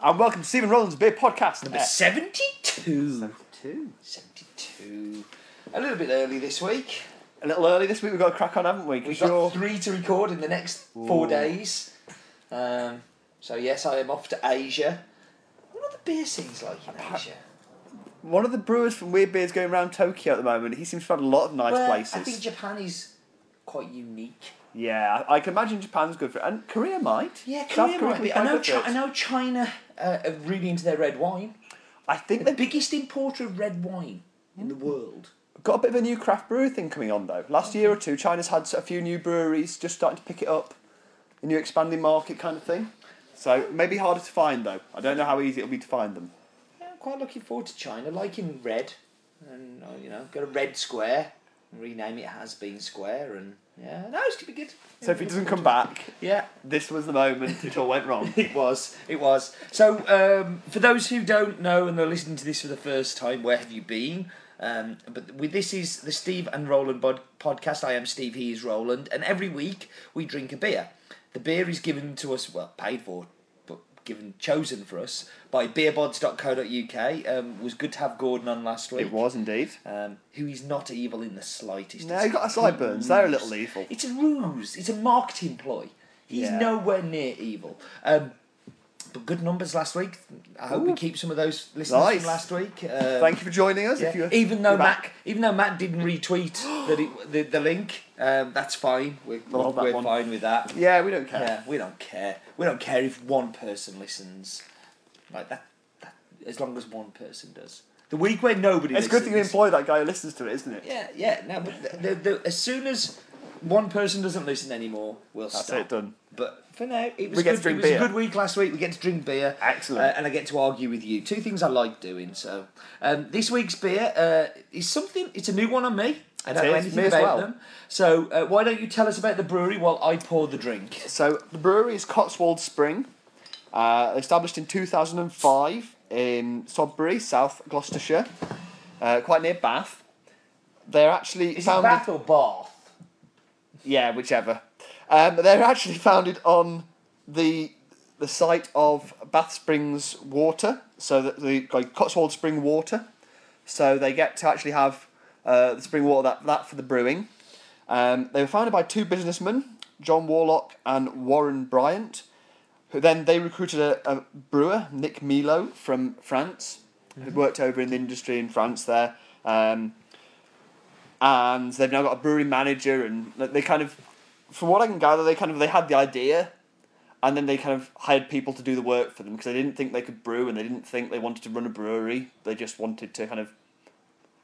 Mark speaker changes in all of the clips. Speaker 1: And welcome to Stephen Rollins' Beer Podcast.
Speaker 2: Number
Speaker 1: Uh,
Speaker 2: 72.
Speaker 1: two.
Speaker 2: 72. A little bit early this week.
Speaker 1: A little early this week, we've got a crack on, haven't we? 'Cause
Speaker 2: We've
Speaker 1: you're-
Speaker 2: got three to record in the next four
Speaker 1: Ooh.
Speaker 2: days. Um, so, yes, I am off to Asia. What are the beer scenes like in Asia?
Speaker 1: one of the brewers from Weird Beers going around Tokyo at the moment. He seems to have a lot of nice
Speaker 2: well,
Speaker 1: places.
Speaker 2: I think Japan is quite unique.
Speaker 1: yeah, I I can imagine Japan's good for it. And Korea might.
Speaker 2: Yeah,
Speaker 1: South
Speaker 2: Korea
Speaker 1: could
Speaker 2: might be. I
Speaker 1: quite
Speaker 2: know,
Speaker 1: good for
Speaker 2: Chi-
Speaker 1: it.
Speaker 2: I know China uh, are really into their red wine.
Speaker 1: I think
Speaker 2: The
Speaker 1: they've
Speaker 2: biggest importer of red wine in the world.
Speaker 1: got a bit of a new craft brewery thing coming on though. Last year or two, China's had a few new breweries just starting to pick it up, a new expanding market kind of thing. So maybe harder to find though. I don't know how easy it'll be to find them.
Speaker 2: Yeah, I'm quite looking forward to China, liking red, and uh, you know, got a red square, and rename it Has Been Square, and yeah, no, it's gonna be good.
Speaker 1: So if he doesn't come back,
Speaker 2: Yeah,
Speaker 1: this was the moment it all went wrong.
Speaker 2: it was, it was. So um, for those who don't know and are listening to this for the first time, where have you been? Um, but with this is the Steve and Roland bod- podcast. I am Steve, he is Roland, and every week we drink a beer. The beer is given to us, well, paid for, but given chosen for us by beerbods.co.uk. Um, was good to have Gordon on last week
Speaker 1: It was indeed.
Speaker 2: um, who is not evil in the slightest.
Speaker 1: No,
Speaker 2: It's
Speaker 1: he's got a slight burns.
Speaker 2: ruse.
Speaker 1: They're a little evil.
Speaker 2: It's a ruse. It's a marketing ploy. He's
Speaker 1: Yeah.
Speaker 2: nowhere near evil. Um, but good numbers last week. I hope we keep some of those listeners
Speaker 1: Nice.
Speaker 2: from last week. Um,
Speaker 1: Thank you for joining us. If you
Speaker 2: even though
Speaker 1: you're
Speaker 2: Matt,
Speaker 1: back.
Speaker 2: even though Matt didn't retweet that it, the the link, um, that's fine. We're,
Speaker 1: We'll hold that
Speaker 2: we're
Speaker 1: one.
Speaker 2: fine with that.
Speaker 1: yeah, we don't care.
Speaker 2: Yeah, we don't care. We don't care if one person listens. Like that, that as long as one person does. The week where nobody
Speaker 1: It's a
Speaker 2: listens.
Speaker 1: good thing you employ that guy who listens to it, isn't it?
Speaker 2: Yeah, yeah. No, but the, the, the, as soon as one person doesn't listen anymore, we'll
Speaker 1: That's
Speaker 2: stop.
Speaker 1: it done.
Speaker 2: But for now, it was,
Speaker 1: We get to
Speaker 2: good,
Speaker 1: drink
Speaker 2: it was
Speaker 1: beer.
Speaker 2: a good week last week. We get to drink beer.
Speaker 1: Excellent.
Speaker 2: Uh, and I get to argue with you. Two things I like doing. So um, this week's beer uh, is something. It's a new one on me. I don't
Speaker 1: It
Speaker 2: know
Speaker 1: is,
Speaker 2: anything
Speaker 1: me as
Speaker 2: about
Speaker 1: well.
Speaker 2: them. So uh, why don't you tell us about the brewery while I pour the drink?
Speaker 1: So the brewery is Cotswold Spring, uh, established in two thousand and five in Sodbury, South Gloucestershire, uh, quite near Bath. They're actually
Speaker 2: Is it
Speaker 1: founded,
Speaker 2: Bath or Bath?
Speaker 1: yeah, whichever. Um, they're actually founded on the the site of Bath Springs Water, so that the like Cotswold Spring Water. So they get to actually have uh, the spring water that that for the brewing. Um, they were founded by two businessmen, John Warlock and Warren Bryant, who then they recruited a, a brewer, Nick Milo, from France, who worked over in the industry in France there. Um, and they've now got a brewery manager, and like, they kind of, from what I can gather, they kind of they had the idea, and then they kind of hired people to do the work for them because they didn't think they could brew, and they didn't think they wanted to run a brewery. They just wanted to kind of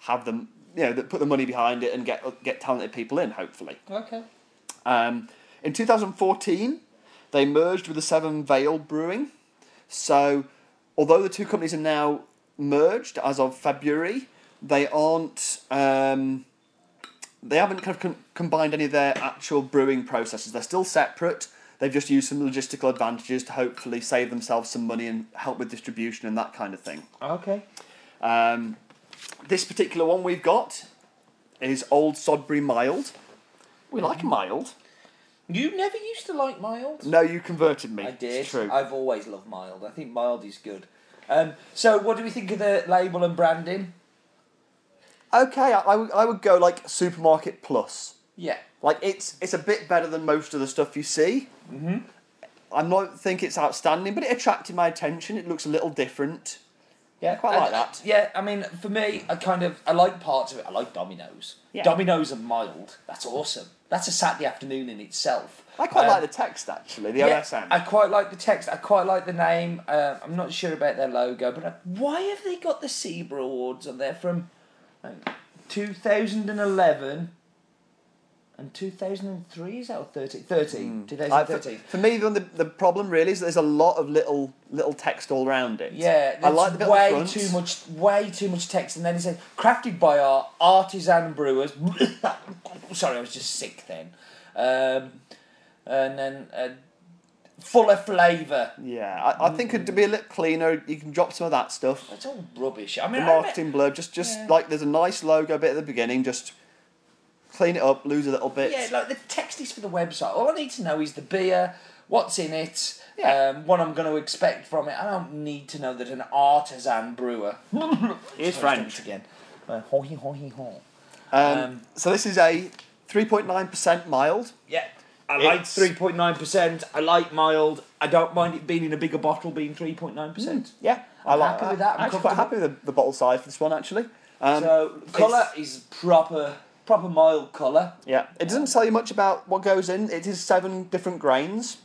Speaker 1: have them, you know, that put the money behind it and get get talented people in, hopefully.
Speaker 2: Okay.
Speaker 1: Um, in 2014, they merged with the Seven Vale Brewing. So, although the two companies are now merged as of February, they aren't. Um, they haven't kind of com- combined any of their actual brewing processes. They're still separate. They've just used some logistical advantages to hopefully save themselves some money and help with distribution and that kind of thing.
Speaker 2: Okay.
Speaker 1: Um, this particular one we've got is Old Sodbury Mild. We like mild.
Speaker 2: You never used to like mild.
Speaker 1: No, you converted me.
Speaker 2: I did.
Speaker 1: It's true.
Speaker 2: I've always loved mild. I think mild is good. Um, so, what do we think of the label and branding?
Speaker 1: Okay, I, I, would, I would go like supermarket plus.
Speaker 2: Yeah.
Speaker 1: Like it's it's a bit better than most of the stuff you see. Mm-hmm. I'm not think it's outstanding, but it attracted my attention. It looks a little different.
Speaker 2: Yeah, uh,
Speaker 1: quite like that.
Speaker 2: Yeah, I mean, for me, I kind of I like parts of it. I like Dominoes.
Speaker 1: Yeah.
Speaker 2: Dominoes and mild. That's awesome. That's a Saturday afternoon in itself.
Speaker 1: I quite
Speaker 2: Um,
Speaker 1: like the text actually, the
Speaker 2: yeah,
Speaker 1: OSM.
Speaker 2: I quite like the text. I quite like the name. Uh, I'm not sure about their logo, but I, why have they got the Zebra Awards on there from like, 2011 and 2003? Is that or 13? 13,
Speaker 1: Hmm. I- for,
Speaker 2: 2013.
Speaker 1: for me, the, the the problem really is there's a lot of little little text all round it.
Speaker 2: Yeah,
Speaker 1: I like the bit on the
Speaker 2: way
Speaker 1: front.
Speaker 2: too much, way too much text, and then it says crafted by our artisan brewers. Sorry, I was just sick then, um, and then uh, full of flavour.
Speaker 1: Yeah, I, I think it'd
Speaker 2: Mm.
Speaker 1: be a little cleaner. You can drop some of that stuff.
Speaker 2: That's all rubbish. I
Speaker 1: the
Speaker 2: mean, I admit-
Speaker 1: marketing blurb. Just, just
Speaker 2: Yeah.
Speaker 1: like there's a nice logo bit at the beginning. Just clean it up, lose a little bit.
Speaker 2: yeah, like the text is for the website. All I need to know is the beer, what's in it,
Speaker 1: Yeah.
Speaker 2: um, what I'm going to expect from it. I don't need to know that an artisan brewer.
Speaker 3: It's
Speaker 2: Sorry,
Speaker 3: French.
Speaker 2: it again. Uh, ho, he, ho, he, ho.
Speaker 1: Um,
Speaker 2: Um,
Speaker 1: so this is a 3.9% mild.
Speaker 2: Yeah. I like
Speaker 3: It's-
Speaker 2: three point nine percent. I like mild. I don't mind it being in a bigger bottle, being three point nine percent.
Speaker 1: Yeah,
Speaker 2: I'm happy with that, I'm
Speaker 1: I'm actually quite happy
Speaker 2: comfortable.
Speaker 1: with the, the bottle size for this one, actually. Um,
Speaker 2: So colour is proper, proper mild colour.
Speaker 1: Yeah, it doesn't tell you much about what goes in. It is seven different grains,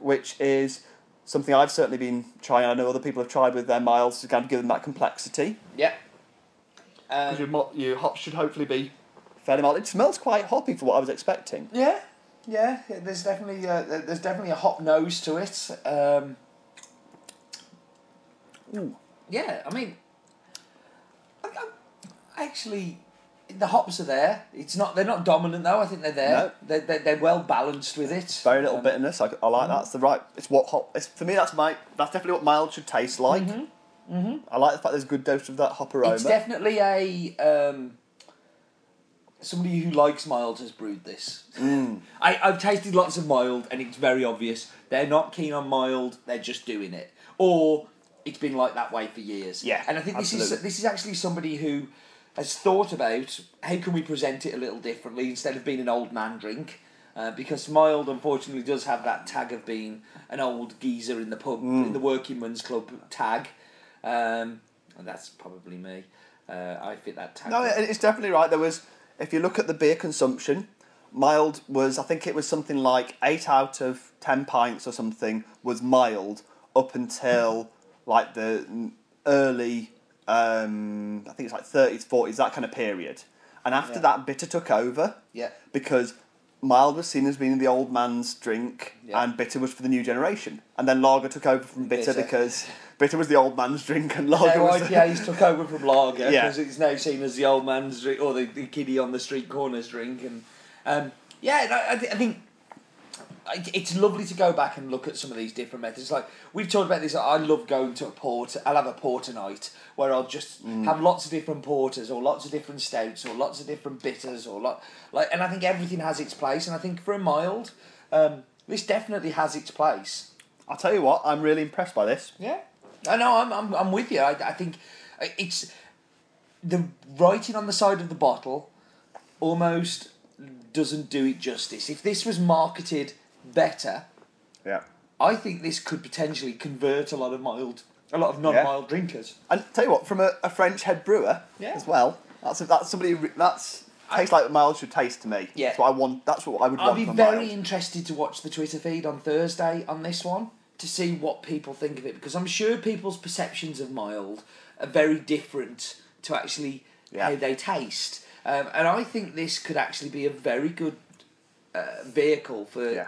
Speaker 1: which is something I've certainly been trying. I know other people have tried with their miles to kind of give them that complexity.
Speaker 2: Yeah.
Speaker 1: And your,
Speaker 2: Um,
Speaker 1: mo- your hop should hopefully be fairly mild. It smells quite hoppy for what I was expecting.
Speaker 2: yeah, yeah. There's definitely a, there's definitely a hop nose to it. Um,
Speaker 1: Ooh.
Speaker 2: yeah, I mean, I, I, actually, the hops are there. It's not they're not dominant though. I think they're there.
Speaker 1: No.
Speaker 2: They're, they're, they're well balanced with it.
Speaker 1: Very little
Speaker 2: Um,
Speaker 1: bitterness. I, I like that. It's the right. It's what hop. It's, for me, that's my. That's definitely what mild should taste like. Mm-hmm. I like the fact there's a good dose of that hop aroma.
Speaker 2: It's definitely a um, somebody who likes mild has brewed this.
Speaker 1: Mm.
Speaker 2: I, I've tasted lots of mild, and it's very obvious they're not keen on mild. They're just doing it, or it's been like that way for years.
Speaker 1: Yeah,
Speaker 2: and I think this is
Speaker 1: absolutely.
Speaker 2: this is actually somebody who has thought about how can we present it a little differently instead of being an old man drink. Uh, because mild, unfortunately, does have that tag of being an old geezer in the pub,
Speaker 1: Mm.
Speaker 2: in the working man's club tag, um, and that's probably me. Uh, I fit that tag.
Speaker 1: No, it- it's definitely right. There was, if you look at the beer consumption, mild was, I think it was something like 8 out of 10 pints or something was mild up until like the n- early, um, I think it's like 30s, 40s, that kind of period. And after
Speaker 2: Yeah.
Speaker 1: that, bitter took over
Speaker 2: Yeah.
Speaker 1: because mild was seen as being the old man's drink
Speaker 2: Yeah.
Speaker 1: and bitter was for the new generation. And then lager took over from bitter,
Speaker 2: Bitter.
Speaker 1: because bitter was the old man's drink and lager
Speaker 2: Now
Speaker 1: was the-
Speaker 2: IPAs took over from lager
Speaker 1: Oh, Yeah.
Speaker 2: because it's now seen as the old man's drink or the, the kiddie on the street corner's drink, and um, yeah, no, I, thi- I think I- it's lovely to go back and look at some of these different methods. Like we've talked about this, I love going to a port. I'll have a porter night where I'll just have lots of different porters or lots of different stouts or lots of different bitters or lot like. And I think everything has its place. And I think for a mild, um, this definitely has its place.
Speaker 1: I'll tell you what, I'm really impressed by this.
Speaker 2: Yeah. I know, I'm, I'm, I'm with you. I, I think uh, it's the writing on the side of the bottle almost doesn't do it justice. If this was marketed better,
Speaker 1: Yeah.
Speaker 2: I think this could potentially convert a lot of mild, a lot of non-mild drinkers.
Speaker 1: And tell you what, from a, a French head brewer
Speaker 2: Yeah.
Speaker 1: as well, that's that's somebody who re- that's tastes like mild should taste to me.
Speaker 2: Yeah.
Speaker 1: That's what I want. That's what I would
Speaker 2: I'll
Speaker 1: want
Speaker 2: be
Speaker 1: from
Speaker 2: very
Speaker 1: mild.
Speaker 2: interested to watch the Twitter feed on Thursday on this one to see what people think of it because I'm sure people's perceptions of mild are very different to actually how
Speaker 1: Yeah.
Speaker 2: they taste. Um, and I think this could actually be a very good uh, vehicle for
Speaker 1: Yeah.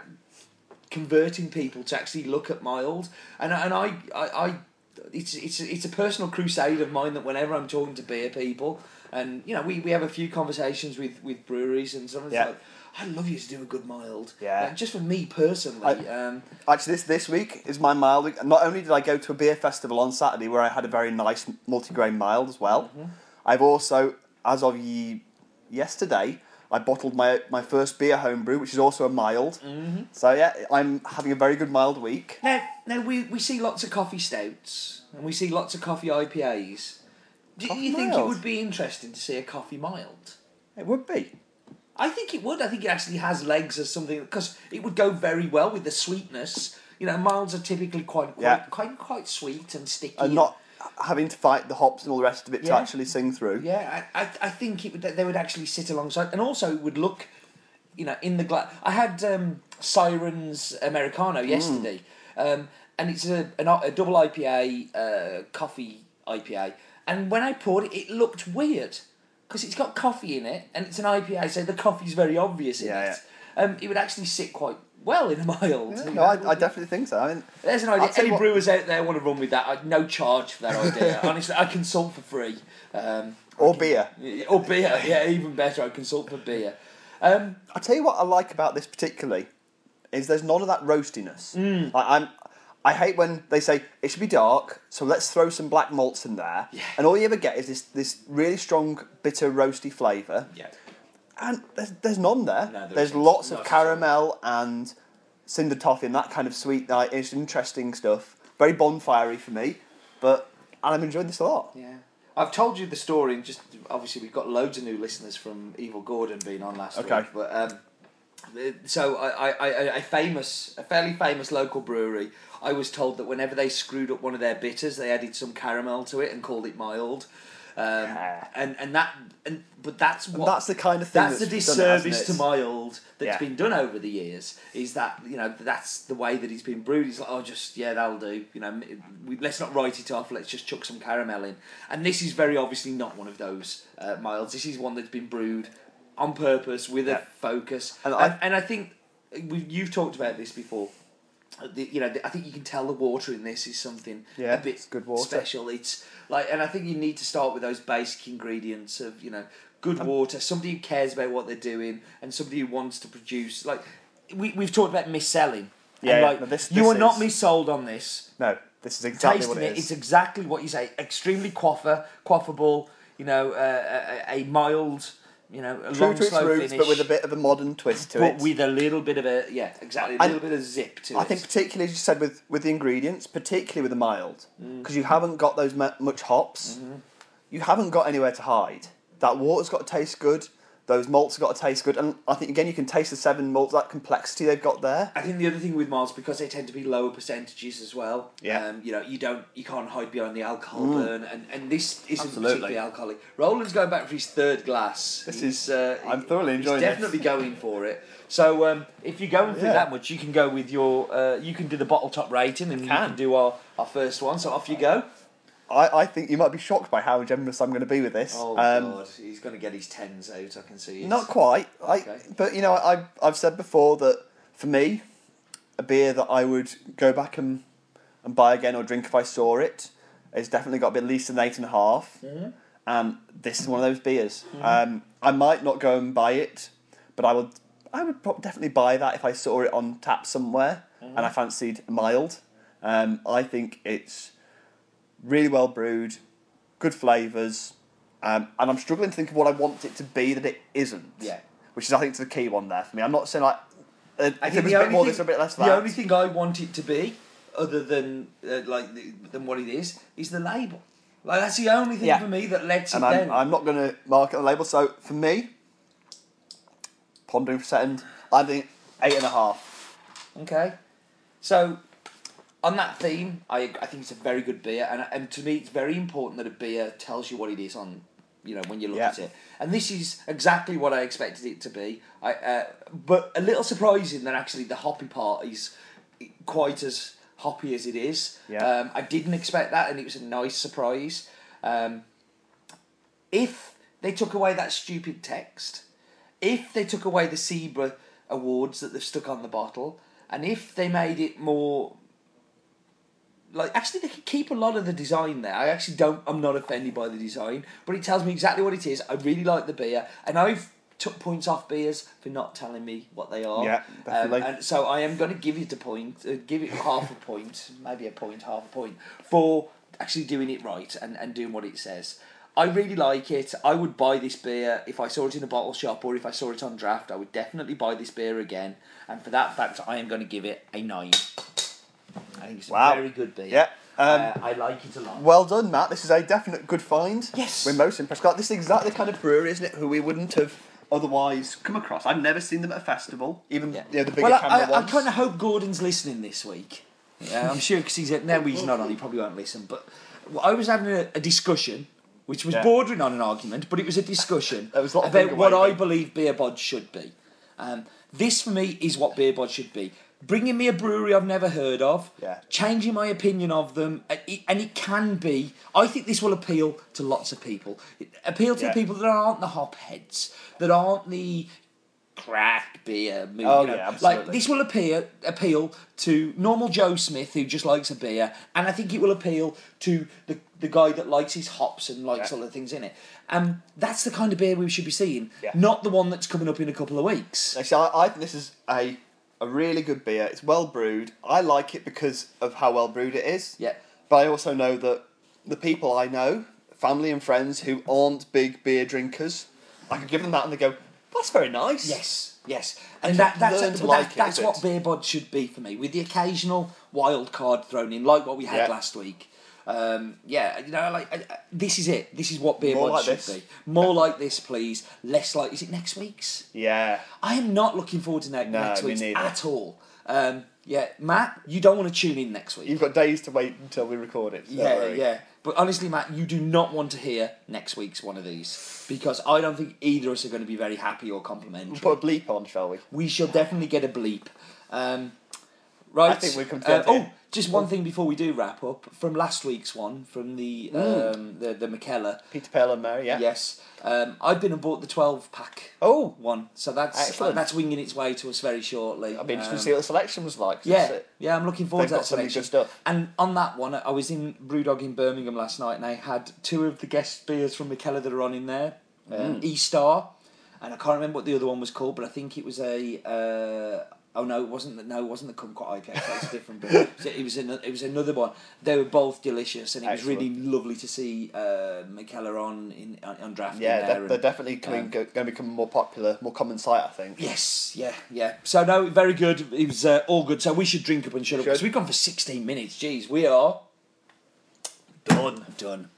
Speaker 2: converting people to actually look at mild. And I- and I, I, I it's it's it's a personal crusade of mine that whenever I'm talking to beer people, and you know we, we have a few conversations with with breweries and something's
Speaker 1: Yeah.
Speaker 2: like. I'd love you to do a good mild.
Speaker 1: Yeah.
Speaker 2: Like, just for me personally. um,
Speaker 1: Actually, this this week is my mild week. Not only did I go to a beer festival on Saturday where I had a very nice multi-grain mild as well, I've also, as of ye- yesterday, I bottled my my first beer homebrew, which is also a mild. Mm-hmm. So yeah, I'm having a very good mild week.
Speaker 2: now, now we, we see lots of coffee stouts and we see lots of coffee IPAs. Do
Speaker 1: Coffee
Speaker 2: you think it
Speaker 1: mild?
Speaker 2: would be interesting to see a coffee mild?
Speaker 1: It would be.
Speaker 2: I think it would. I think it actually has legs as something because it would go very well with the sweetness. You know, milds are typically quite quite
Speaker 1: Yeah.
Speaker 2: quite, quite sweet and sticky.
Speaker 1: And not having to fight the hops and all the rest of it to
Speaker 2: Yeah.
Speaker 1: actually sing through.
Speaker 2: Yeah, I, I, I think it would, they would actually sit alongside, and also it would look, you know, in the glass. I had um, Sirens Americano
Speaker 1: Mm.
Speaker 2: yesterday, um, and it's a, an, a double IPA, uh, coffee IPA, and when I poured it, it looked weird because it's got coffee in it, and it's an IPA, so the coffee's very obvious in
Speaker 1: Yeah,
Speaker 2: it. Um, it would actually sit quite well in a mild. you
Speaker 1: No,
Speaker 2: know?
Speaker 1: I, I definitely think so. I mean,
Speaker 2: There's an
Speaker 1: I'll
Speaker 2: idea.
Speaker 1: tell
Speaker 2: Any
Speaker 1: you what-
Speaker 2: brewers out there want to run with that? I, no charge for that idea. Honestly, I consult for free. Um,
Speaker 1: or beer.
Speaker 2: yeah, Or Oh, beer, yeah, even better. I consult for beer. Um,
Speaker 1: I'll tell you what I like about this particularly is there's none of that roastiness.
Speaker 2: Mm.
Speaker 1: Like I'm, I hate when they say it should be dark, so let's throw some black malts in there, and all you ever get is this this really strong bitter roasty flavour,
Speaker 2: yeah,
Speaker 1: and there's, there's none there.
Speaker 2: No, there
Speaker 1: there's
Speaker 2: isn't.
Speaker 1: lots
Speaker 2: No,
Speaker 1: of
Speaker 2: there's not.
Speaker 1: caramel and Cinder Toffee and that kind of sweet night. It's interesting stuff. Very bonfirey for me, but and I'm enjoying this a lot.
Speaker 2: Yeah. I've told you the story, and just obviously we've got loads of new listeners from Evil Gordon being on last
Speaker 1: Okay.
Speaker 2: week. But um, the- so I, I, I, a famous, a fairly famous local brewery. I was told that whenever they screwed up one of their bitters, they added some caramel to it and called it mild. Um,
Speaker 1: Yeah.
Speaker 2: And and that and but that's what
Speaker 1: That's the kind of thing
Speaker 2: that's,
Speaker 1: that's
Speaker 2: the
Speaker 1: done it,
Speaker 2: disservice
Speaker 1: hasn't
Speaker 2: to
Speaker 1: it?
Speaker 2: mild that's
Speaker 1: Yeah.
Speaker 2: been done over the years. Is that you know that's the way that he's been brewed. He's like, oh, just yeah, that'll do. You know, m- we, let's not write it off. Let's just chuck some caramel in. And this is very obviously not one of those uh, milds. This is one that's been brewed on purpose with
Speaker 1: Yeah.
Speaker 2: a focus.
Speaker 1: And
Speaker 2: And
Speaker 1: I-
Speaker 2: I, and I think uh, we've, you've talked about this before. Uh, The, you know, the, I think you can tell the water in this is something
Speaker 1: Yeah,
Speaker 2: a bit
Speaker 1: it's good water.
Speaker 2: special. It's like, and I think you need to start with those basic ingredients of you know good
Speaker 1: Um,
Speaker 2: water, somebody who cares about what they're doing, and somebody who wants to produce. Like we we've talked about misselling.
Speaker 1: Yeah,
Speaker 2: and
Speaker 1: yeah,
Speaker 2: like
Speaker 1: no, this-
Speaker 2: you
Speaker 1: this
Speaker 2: are not
Speaker 1: is-
Speaker 2: missold on this.
Speaker 1: No, this is exactly
Speaker 2: Tasting
Speaker 1: what it
Speaker 2: it,
Speaker 1: is.
Speaker 2: it's exactly what you say. Extremely quaffer, quaffable. You know, uh, a, a a mild. You know, a
Speaker 1: True
Speaker 2: long
Speaker 1: to its
Speaker 2: slow
Speaker 1: roots,
Speaker 2: finish,
Speaker 1: but with a bit of a modern twist to
Speaker 2: but
Speaker 1: it.
Speaker 2: with a little bit of a yeah, exactly a
Speaker 1: And
Speaker 2: little bit of zip to
Speaker 1: I
Speaker 2: it.
Speaker 1: think particularly as you said with, with the ingredients, particularly with the mild,
Speaker 2: Mm.
Speaker 1: because you haven't got those ma- much hops,
Speaker 2: Mm-hmm.
Speaker 1: you haven't got anywhere to hide. That water's got to taste good. Those malts have got to taste good, and I think again you can taste the seven malts, that complexity they've got there.
Speaker 2: I think the other thing with miles because they tend to be lower percentages as well.
Speaker 1: Yeah. Mm.
Speaker 2: Um, you know, you don't, you can't hide behind the alcohol burn, and, and this isn't
Speaker 1: Absolutely.
Speaker 2: particularly alcoholic. Roland's going back for his third glass.
Speaker 1: This
Speaker 2: He's,
Speaker 1: is-
Speaker 2: uh,
Speaker 1: I'm thoroughly enjoying
Speaker 2: He's
Speaker 1: this.
Speaker 2: definitely going for it. So um, if you're going for
Speaker 1: Yeah.
Speaker 2: that much, you can go with your, uh, you can do the bottle top rating, and you can
Speaker 1: can.
Speaker 2: do our, our first one. So off you go.
Speaker 1: I, I think you might be shocked by how generous I'm going to be with this.
Speaker 2: Oh
Speaker 1: Um,
Speaker 2: God, he's going to get his tens out. I can see. it.
Speaker 1: Not quite. I,
Speaker 2: Okay.
Speaker 1: but you know, I, I've said before that for me, a beer that I would go back and, and buy again or drink if I saw it, it's definitely got to be at least an eight and a half. And Um, this is one of those beers.
Speaker 2: Mm-hmm.
Speaker 1: Um, I might not go and buy it, but I would. I would prob- definitely buy that if I saw it on tap somewhere and I
Speaker 2: Mm-hmm.
Speaker 1: fancied a mild. Um, I think it's really well brewed, good flavours, um, and I'm struggling to think of what I want it to be that it isn't.
Speaker 2: Yeah.
Speaker 1: Which is, I think, the key one there for me. I'm not saying like uh,
Speaker 2: I
Speaker 1: if it
Speaker 2: think
Speaker 1: was a
Speaker 2: the only
Speaker 1: bit more
Speaker 2: thing,
Speaker 1: this or a bit less
Speaker 2: the
Speaker 1: that.
Speaker 2: only thing I want it to be, other than uh, like the, than what it is, is the label. Like that's the only thing
Speaker 1: Yeah.
Speaker 2: for me that lets it
Speaker 1: and I'm,
Speaker 2: down.
Speaker 1: I'm not going to market the label. So for me, pondering for a second, I think eight and a half.
Speaker 2: Okay, so on that theme, I I think it's a very good beer, and and to me, it's very important that a beer tells you what it is on. You know when you look
Speaker 1: Yeah.
Speaker 2: at it, and this is exactly what I expected it to be. I uh, but a little surprising that actually the hoppy part is quite as hoppy as it is.
Speaker 1: Yeah.
Speaker 2: Um, I didn't expect that, and it was a nice surprise. Um, if they took away that stupid text, if they took away the Zebra awards that they've stuck on the bottle, and if they made it more like actually they could keep a lot of the design there. I actually don't I'm not offended by the design, but it tells me exactly what it is. I really like the beer, and I've took points off beers for not telling me what they are.
Speaker 1: Yeah,
Speaker 2: Um,
Speaker 1: definitely.
Speaker 2: and so I am going to give it a point, uh, give it half a point, maybe a point, half a point for actually doing it right and, and doing what it says. I really like it. I would buy this beer if I saw it in a bottle shop or if I saw it on draft. I would definitely buy this beer again, and for that fact, I am going to give it a nine. I think it's
Speaker 1: Wow.
Speaker 2: a very good beer.
Speaker 1: Yeah. Um,
Speaker 2: Uh, I like it a lot.
Speaker 1: well done, Matt. This is a definite good find.
Speaker 2: Yes.
Speaker 1: We're most impressed. God, This is exactly the kind of brewery, isn't it, who we wouldn't have otherwise come across. I've never seen them at a festival, even you know, the bigger
Speaker 2: well,
Speaker 1: camera
Speaker 2: I, I,
Speaker 1: ones.
Speaker 2: I kind of hope Gordon's listening this week. Yeah, I'm sure because he's now he's not on, he probably won't listen. But well, I was having a, a discussion, which was
Speaker 1: Yeah.
Speaker 2: bordering on an argument, but it was a discussion
Speaker 1: There was a lot of
Speaker 2: about
Speaker 1: thinking
Speaker 2: what
Speaker 1: away,
Speaker 2: I believe beer bod should be. Um, this for me is what beer bod should be. Bringing me a brewery I've never heard of,
Speaker 1: Yeah.
Speaker 2: changing my opinion of them, and it, and it can be. I think this will appeal to lots of people. It, appeal to
Speaker 1: Yeah.
Speaker 2: the people that aren't the hop heads, that aren't the craft beer. mo-
Speaker 1: Oh,
Speaker 2: you know,
Speaker 1: yeah,
Speaker 2: like
Speaker 1: absolutely.
Speaker 2: this will appear appeal to normal Joe Smith who just likes a beer, and I think it will appeal to the the guy that likes his hops and likes
Speaker 1: Yeah.
Speaker 2: all the things in it. Um, that's the kind of beer we should be seeing,
Speaker 1: Yeah.
Speaker 2: not the one that's coming up in a couple of weeks.
Speaker 1: Actually, I, I think this is a a really good beer. It's well brewed. I like it because of how well brewed it is.
Speaker 2: Yeah.
Speaker 1: But I also know that the people I know, family and friends who aren't big beer drinkers, I could give them that and they go, That's very nice.
Speaker 2: Yes, yes,
Speaker 1: And
Speaker 2: and,
Speaker 1: you
Speaker 2: that, that's
Speaker 1: learn
Speaker 2: that-
Speaker 1: to like it a
Speaker 2: that's
Speaker 1: bit.
Speaker 2: what beer bod should be for me, with the occasional wild card thrown in, like what we
Speaker 1: Yeah.
Speaker 2: had last week. Um, yeah, you know, like I, I, this is it. This is what beer
Speaker 1: More
Speaker 2: bod
Speaker 1: like
Speaker 2: should
Speaker 1: this.
Speaker 2: be. More like this, please. Less like is it next week's?
Speaker 1: Yeah.
Speaker 2: I am not looking forward to ne- next
Speaker 1: me
Speaker 2: week's
Speaker 1: neither.
Speaker 2: at all. Um, yeah, Matt, you don't want to tune in next week.
Speaker 1: You've got days to wait until we record it. so don't
Speaker 2: Yeah,
Speaker 1: worry.
Speaker 2: yeah. But honestly, Matt, you do not want to hear next week's one of these because I don't think either of us are going to be very happy or complimentary.
Speaker 1: Put a bleep on, shall we?
Speaker 2: we shall definitely get a bleep. Um, right.
Speaker 1: I think we come
Speaker 2: uh,
Speaker 1: together
Speaker 2: oh,
Speaker 1: here.
Speaker 2: just one thing before we do wrap up from last week's one from the um, the the McKellar.
Speaker 1: Peter Pell and Mary, Mm. yeah.
Speaker 2: Yes, um, I've been and bought the twelve pack
Speaker 1: Oh,
Speaker 2: one, so that's
Speaker 1: Excellent.
Speaker 2: that's winging its way to us very shortly.
Speaker 1: I'd be interested
Speaker 2: Um,
Speaker 1: to see what the selection was like. 'cause
Speaker 2: yeah,
Speaker 1: that's it.
Speaker 2: yeah, I'm looking forward
Speaker 1: They've
Speaker 2: to that
Speaker 1: got some good
Speaker 2: selection.
Speaker 1: stuff.
Speaker 2: And on that one, I was in Brewdog in Birmingham last night, and they had two of the guest beers from McKellar that are on in there, um,
Speaker 1: Mm.
Speaker 2: E Star, and I can't remember what the other one was called, but I think it was a. Uh, oh no, it wasn't. The, no, it wasn't the Kumquat IPA. That was a different beer. So It was another. It was another one. They were both delicious, and it
Speaker 1: Excellent.
Speaker 2: was really lovely to see uh, McKellar on in on, on draft. in
Speaker 1: Yeah,
Speaker 2: there
Speaker 1: they're,
Speaker 2: and- um,
Speaker 1: they're definitely coming, go, going to become more popular, more common sight, I think.
Speaker 2: Yes, yeah, yeah. So no, very good. It was uh, all good. So we should drink up and shut up
Speaker 1: Should.
Speaker 2: because we've gone for sixteen minutes. Jeez, we are
Speaker 1: Done.
Speaker 2: done.